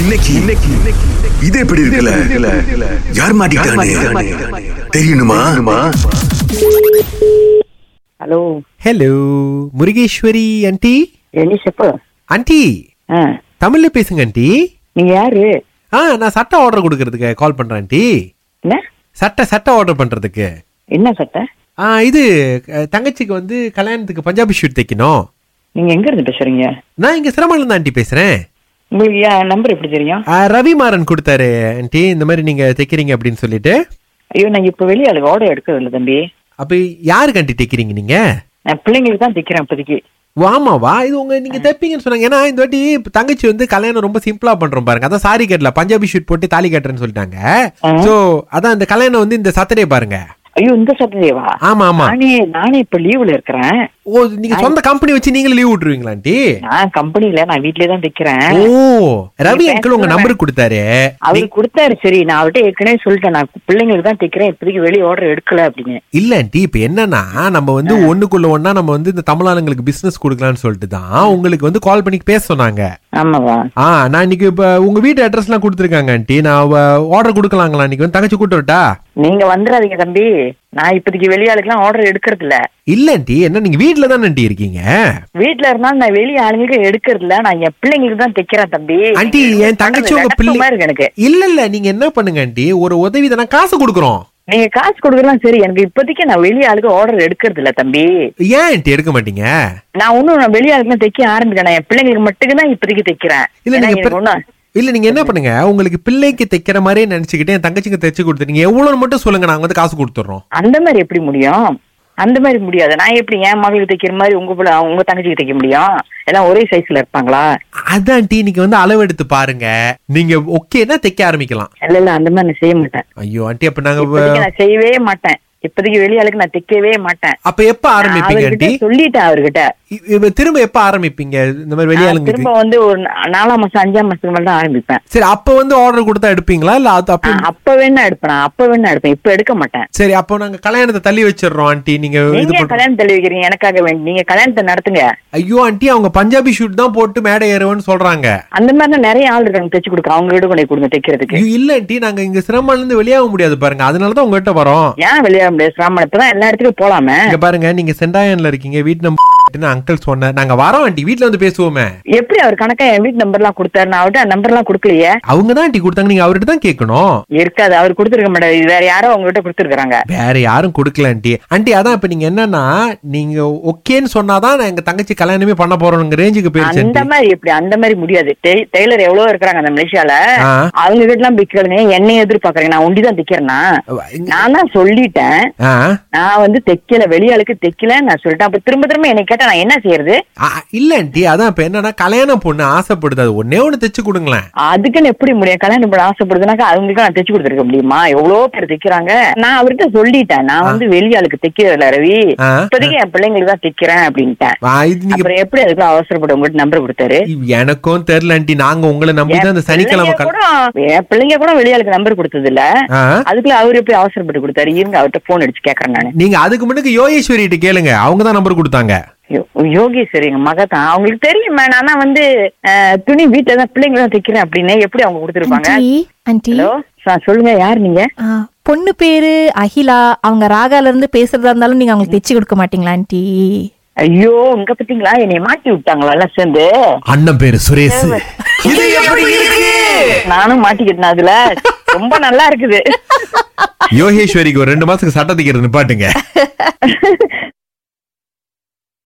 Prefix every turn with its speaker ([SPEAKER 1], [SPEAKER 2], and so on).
[SPEAKER 1] இன்னைக்கு இன்னைக்கு இது எப்படி இருக்குல்ல யார் மாட்டிக்கிட்டானே தெரியணுமா
[SPEAKER 2] ஹலோ
[SPEAKER 3] ஹலோ முருகேஸ்வரி ஆண்டி
[SPEAKER 2] ரெனி செப்பு
[SPEAKER 3] ஆண்டி
[SPEAKER 2] ஆ
[SPEAKER 3] தமிழ்ல பேசுங்க ஆண்டி
[SPEAKER 2] நீங்க யாரு
[SPEAKER 3] ஆ நான் சட்டை ஆர்டர் கொடுக்கறதுக்கு கால் பண்றேன் ஆண்டி
[SPEAKER 2] என்ன
[SPEAKER 3] சட்டை சட்டை ஆர்டர் பண்றதுக்கு
[SPEAKER 2] என்ன சட்டை
[SPEAKER 3] ஆ இது அஹ், தங்கச்சிக்கு வந்து கல்யாணத்துக்கு பஞ்சாபி ஷூட் தைக்கணும்
[SPEAKER 2] நீங்க எங்க இருந்து பேசுறீங்க
[SPEAKER 3] நான் இங்க சிரமம்ல இருந்து ஆண்டி பேசுறேன்
[SPEAKER 2] உங்களுக்கு என் நம்பர் எப்படி தெரியும்
[SPEAKER 3] ஆ, ரவி மாறன் கொடுத்தாரு ஆண்டி இந்த மாதிரி நீங்க தைக்கிறீங்க அப்படின்னு சொல்லிட்டு
[SPEAKER 2] ஐயோ நான் இப்ப வெளியே அது ஆர்டர் எடுக்கிறது இல்லை தம்பி
[SPEAKER 3] அப்ப யாருக்கு ஆண்டி தைக்கிறீங்க நீங்க
[SPEAKER 2] நான் பிள்ளைங்களுக்கு தான் தைக்கிறேன் இப்போதைக்கு
[SPEAKER 3] ஓ, ஆமாவா இது உங்க நீங்க தைப்பீங்கன்னு சொன்னாங்க ஏன்னா இந்த வாட்டி இப்ப தங்கச்சி வந்து கல்யாணம் ரொம்ப சிம்பிளா பண்றோம் பாருங்க அதான் சாரி கட்டல பஞ்சாபி ஷூட் போட்டு தாலி கட்டுறேன்னு சொல்லிட்டாங்க சோ அதான் இந்த கல்யாணம் வந்து இந்த சாட்டர்டே பாருங்க
[SPEAKER 2] ஐயோ இந்த சட்டதேவா
[SPEAKER 3] ஆமா ஆமா
[SPEAKER 2] நானே நானே இப்ப லீவுல இருக்கிறேன்
[SPEAKER 3] ஓ நீங்க சொந்த கம்பெனி வச்சு நீங்களும் லீவ் விட்டுருவீங்களா ஆண்டி
[SPEAKER 2] நான் கம்பெனில நான் வீட்லயே தான் தைக்கிறேன்
[SPEAKER 3] ஓ ரவி அங்கிள் உங்க நம்பர் கொடுத்தாரு
[SPEAKER 2] அவரு கொடுத்தாரு சரி நான் அவர்கிட்ட ஏற்கனவே சொல்லிட்டேன் நான் பிள்ளைங்களுக்கு தான் தைக்கிறேன் இப்போதைக்கு வெளியே ஆர்டர் எடுக்கல அப்படின்னு
[SPEAKER 3] இல்ல ஆண்டி இப்ப என்னன்னா நம்ம வந்து ஒண்ணுக்குள்ள ஒண்ணா நம்ம வந்து இந்த தமிழ் ஆளுங்களுக்கு பிசினஸ் கொடுக்கலாம்னு சொல்லிட்டு தான் உங்களுக்கு வந்து கால் பண்ணி பேச சொன்னாங்க
[SPEAKER 2] ஆமாவா
[SPEAKER 3] ஆ நான் இன்னைக்கு இப்ப உங்க வீட்டு அட்ரஸ்லாம் எல்லாம் கொடுத்துருக்காங்க ஆண்டி நான் ஆர்டர் கொடுக்கலாங்களா இன்னைக்கு வந்து தங்கச்சி கூட்டு வரட்டா
[SPEAKER 2] நீங்க வந்துடாதீங்க தம்பி நான் இப்போதைக்கு வெளியாளுக்கெல்லாம் ஆர்டர் எடுக்கிறது இல்ல
[SPEAKER 3] இல்ல ஆண்டி என்ன நீங்க வீட்ல தான் ஆண்டி இருக்கீங்க
[SPEAKER 2] வீட்ல இருந்தாலும் நான் வெளிய ஆளுங்களுக்கு எடுக்கிறது இல்ல நான் என் பிள்ளைங்களுக்கு தான் தைக்கிறேன் தம்பி
[SPEAKER 3] ஆண்டி என் தங்கச்சி உங்க
[SPEAKER 2] விளக்கமா
[SPEAKER 3] பிள்ளை
[SPEAKER 2] இருக்கு எனக்கு
[SPEAKER 3] இல்ல இல்ல நீங்க என்ன பண்ணுங்க ஆண்டி ஒரு உதவி தானே காசு கொடுக்குறோம்
[SPEAKER 2] நீங்க காசு கொடுக்கலாம் சரி எனக்கு இப்போதைக்கு நான் வெளிய ஆளுக்கு ஆர்டர் எடுக்கிறது இல்ல தம்பி
[SPEAKER 3] ஏன் ஆண்டி எடுக்க மாட்டீங்க
[SPEAKER 2] நான் ஒன்னும் நான் வெளிய ஆளுக்கு தைக்க ஆரம்பிக்கிறேன் நான் என் பிள்ளைங்களுக்கு மட்டும் தான் இப்போதைக்கு தைக்கிறேன்
[SPEAKER 3] இல்ல
[SPEAKER 2] ஏன்னா
[SPEAKER 3] நீங்க
[SPEAKER 2] எனக்கு
[SPEAKER 3] பெரு-
[SPEAKER 2] ஒண்ணும்
[SPEAKER 3] இல்ல நீங்க என்ன பண்ணுங்க உங்களுக்கு பிள்ளைக்கு தைக்கிற மாதிரியே நினைச்சுக்கிட்டு என் தங்கச்சிக்கு தைச்சு கொடுத்துருங்க எவ்வளவுன்னு மட்டும் சொல்லுங்க நாங்க வந்து காசு கொடுத்துறோம்
[SPEAKER 2] அந்த மாதிரி எப்படி முடியும் அந்த மாதிரி முடியாது நான் எப்படி என் மகளுக்கு தைக்கிற மாதிரி உங்க பிள்ளை உங்க தங்கச்சிக்கு தைக்க முடியும் எல்லாம் ஒரே சைஸ்ல இருப்பாங்களா
[SPEAKER 3] அதான் ஆண்டி நீங்க வந்து அளவு எடுத்து பாருங்க நீங்க ஓகேன்னா தைக்க ஆரம்பிக்கலாம்
[SPEAKER 2] இல்ல இல்ல அந்த மாதிரி நான் செய்ய மாட்டேன்
[SPEAKER 3] ஐயோ ஆண்டி அப்ப நாங்க
[SPEAKER 2] இப்போதைக்கு நான் செய்யவே மாட்டேன் இப்போதைக்கு வெளிய ஆளுக்கு நான் தைக்கவே மாட்டேன்
[SPEAKER 3] அப்ப எப்ப ஆரம்பிப்பீங்க
[SPEAKER 2] அவர்கிட்ட
[SPEAKER 3] ஆண்டி
[SPEAKER 2] சொல்லிட்டேன் அவர்கிட்ட
[SPEAKER 3] இ- இவ திரும்ப எப்ப ஆரம்பிப்பீங்க இந்த மாதிரி
[SPEAKER 2] நான்
[SPEAKER 3] வெளியாளுங்க
[SPEAKER 2] திரும்ப வந்து ஒரு நா- நாலாம் மாசம் அஞ்சாம் மாசத்துக்கு மேல தான் ஆரம்பிப்பேன்
[SPEAKER 3] சரி அப்ப வந்து ஆர்டர் கொடுத்தா எடுப்பீங்களா இல்ல அது அப்ப
[SPEAKER 2] நான் அப்ப வேணா எடுப்பேன் நான் அப்ப வேணா எடுப்பேன் இப்ப எடுக்க மாட்டேன்
[SPEAKER 3] சரி அப்போ நாங்க கல்யாணத்தை தள்ளி வச்சிடுறோம் ஆண்டி நீங்க இது
[SPEAKER 2] நீங்க ஏன்
[SPEAKER 3] பண்ற
[SPEAKER 2] கல்யாணம் தள்ளி வைக்கிறீங்க எனக்காக வேண்டி நீங்க கல்யாணத்தை நடத்துங்க
[SPEAKER 3] ஐயோ ஆண்டி அவங்க பஞ்சாபி ஷூட் தான் போட்டு மேடை ஏறுவேன்னு சொல்றாங்க
[SPEAKER 2] அந்த மாதிரி தான் நிறைய ஆள் இருக்காங்க தைச்சு கொடுக்க அவங்க கிட்ட கொண்டு போய் கொடுங்க தைக்கிறதுக்கு
[SPEAKER 3] ஐயோ, இல்ல ஆண்டி நாங்க இங்க சிரமம்ல இருந்து வெளியாக முடியாது பாருங்க அதனாலதான் உங்ககிட்ட வரோம்
[SPEAKER 2] ஏன் வெளியே முடியாது சாமான் இப்பதான் எல்லா இடத்துக்கும் போலாமே
[SPEAKER 3] இங்க பாருங்க நீங்க செண்டாயன்ல இருக்கீங்க வீட்டு நம்பர் அங்கிள் சொன்ன நாங்க வரோம் ஆண்டி வீட்ல வந்து பேசுவோமே
[SPEAKER 2] எப்படி அவர் கணக்கா என் வீட்டு நம்பர் எல்லாம் கொடுத்தாரு நான் அவர்கிட்ட நம்பர் எல்லாம் கொடுக்கலையே
[SPEAKER 3] அவங்க தான் ஆண்டி கொடுத்தாங்க நீங்க அவர்கிட்ட தான் கேட்கணும்
[SPEAKER 2] இருக்காது அவர் கொடுத்துருக்க மாட்டாரு இது வேற யாரோ அவங்ககிட்ட கொடுத்துருக்காங்க
[SPEAKER 3] வேற யாரும் கொடுக்கல ஆண்டி ஆண்டி அதான் இப்ப நீங்க என்னன்னா நீங்க ஓகேன்னு சொன்னாதான் நான் எங்க தங்கச்சி கல்யாணமே பண்ண போறோம்ங்கிற ரேஞ்சுக்கு போயிருச்சு
[SPEAKER 2] அந்த
[SPEAKER 3] ஆண்டி
[SPEAKER 2] மாதிரி எப்படி அந்த மாதிரி முடியாது டெய்- டெய்லர் எவ்வளவு இருக்கிறாங்க அந்த மலேசியால
[SPEAKER 3] ஆ.
[SPEAKER 2] அவங்க கிட்ட எல்லாம் பிக்கிறாங்க என்னை எதிர்பார்க்கறீங்க நான் ஒண்டி தான் தைக்கிறேன்னா நான் தான் சொல்லிட்டேன்
[SPEAKER 3] ஆ
[SPEAKER 2] நான் வந்து தைக்கல வெளியாளுக்கு தைக்கல நான் சொல்லிட்டேன் அப்ப திரும்ப திரும்ப என்னை கேட்டா நான் என்ன செய்யறது
[SPEAKER 3] ஆ, இல்ல ஆண்டி அதான் இப்ப என்னன்னா கல்யாணம் பொண்ணு ஆசைப்படுது அது ஒன்னே ஒண்ணு தைச்சு கொடுங்களேன்
[SPEAKER 2] அதுக்குன்னு எப்படி முடியும் கல்யாணம் பண்ண ஆசைப்படுதுனாக்கா அவங்களுக்கு நான் தைச்சு கொடுத்துருக்க முடியுமா எவ்வளவு பேர் தைக்கிறாங்க நான் அவர்கிட்ட சொல்லிட்டேன் நான் வந்து வெளியாளுக்கு தைக்கிறதில்ல ரவி
[SPEAKER 3] ஆ.
[SPEAKER 2] இப்போதைக்கு என் பிள்ளைங்களுக்கு தான் தைக்கிறேன் அப்படின்ட்டேன்
[SPEAKER 3] ஆ, இது நீங்க
[SPEAKER 2] அப்புறம் எப்படி அதுக்கு அவசரப்பட்டு உங்ககிட்ட நம்பர் கொடுத்தாரு
[SPEAKER 3] எனக்கும் தெரியல ஆண்டி நாங்க உங்களை நம்பிதான் அந்த சனிக்கிழமை
[SPEAKER 2] பிள்ளைங்க
[SPEAKER 3] கல்-
[SPEAKER 2] கூட- என் பிள்ளைங்க கூட வெளியாளுக்கு நம்பர் கொடுத்தது இல்ல
[SPEAKER 3] ஆ,
[SPEAKER 2] அதுக்குள்ள அவர் எப்படி அவசரப்பட்டு கொடுத்தாரு இருங்க அவர்கிட்ட போன் அடிச்சு கேக்குறேன் நானு
[SPEAKER 3] நீங்க அதுக்கு முன்னுக்கு யோகேஸ்வரி கிட்ட கேளுங்க அவங்க தான் நம்பர் கொடுத்தாங்க
[SPEAKER 2] யோ- யோகேஸ்வரி எங்க மக தான் அவங்களுக்கு தெரியுமா நானா வந்து அஹ், துணி வீட்டுல தான் பிள்ளைங்க தான் தைக்கிறேன் அப்படின்னு எப்படி அவங்க கொடுத்துருப்பாங்க
[SPEAKER 4] ஆண்டி ஆண்டி
[SPEAKER 2] ஹலோ சொல்லுங்க யார் நீங்க
[SPEAKER 4] ஆ, பொண்ணு பேரு அகிலா அவங்க ராகால இருந்து பேசுறதா இருந்தாலும் நீங்க அவங்களுக்கு தெச்சு கொடுக்க மாட்டீங்களா ஆண்டி
[SPEAKER 2] ஐயோ இங்க பாத்தீங்களா என்னைய மாட்டி விட்டாங்களா எல்லாம் சேர்ந்து
[SPEAKER 3] அண்ணன் பேரு சுரேஷ் இது எப்படி இருக்கு
[SPEAKER 2] நானும் மாட்டிக்கிட்டேன் அதுல ரொம்ப நல்லா இருக்குது
[SPEAKER 3] யோகேஸ்வரிக்கு ஒரு ரெண்டு மாசத்துக்கு சட்டத்துக்கு நிப்பாட்டுங்க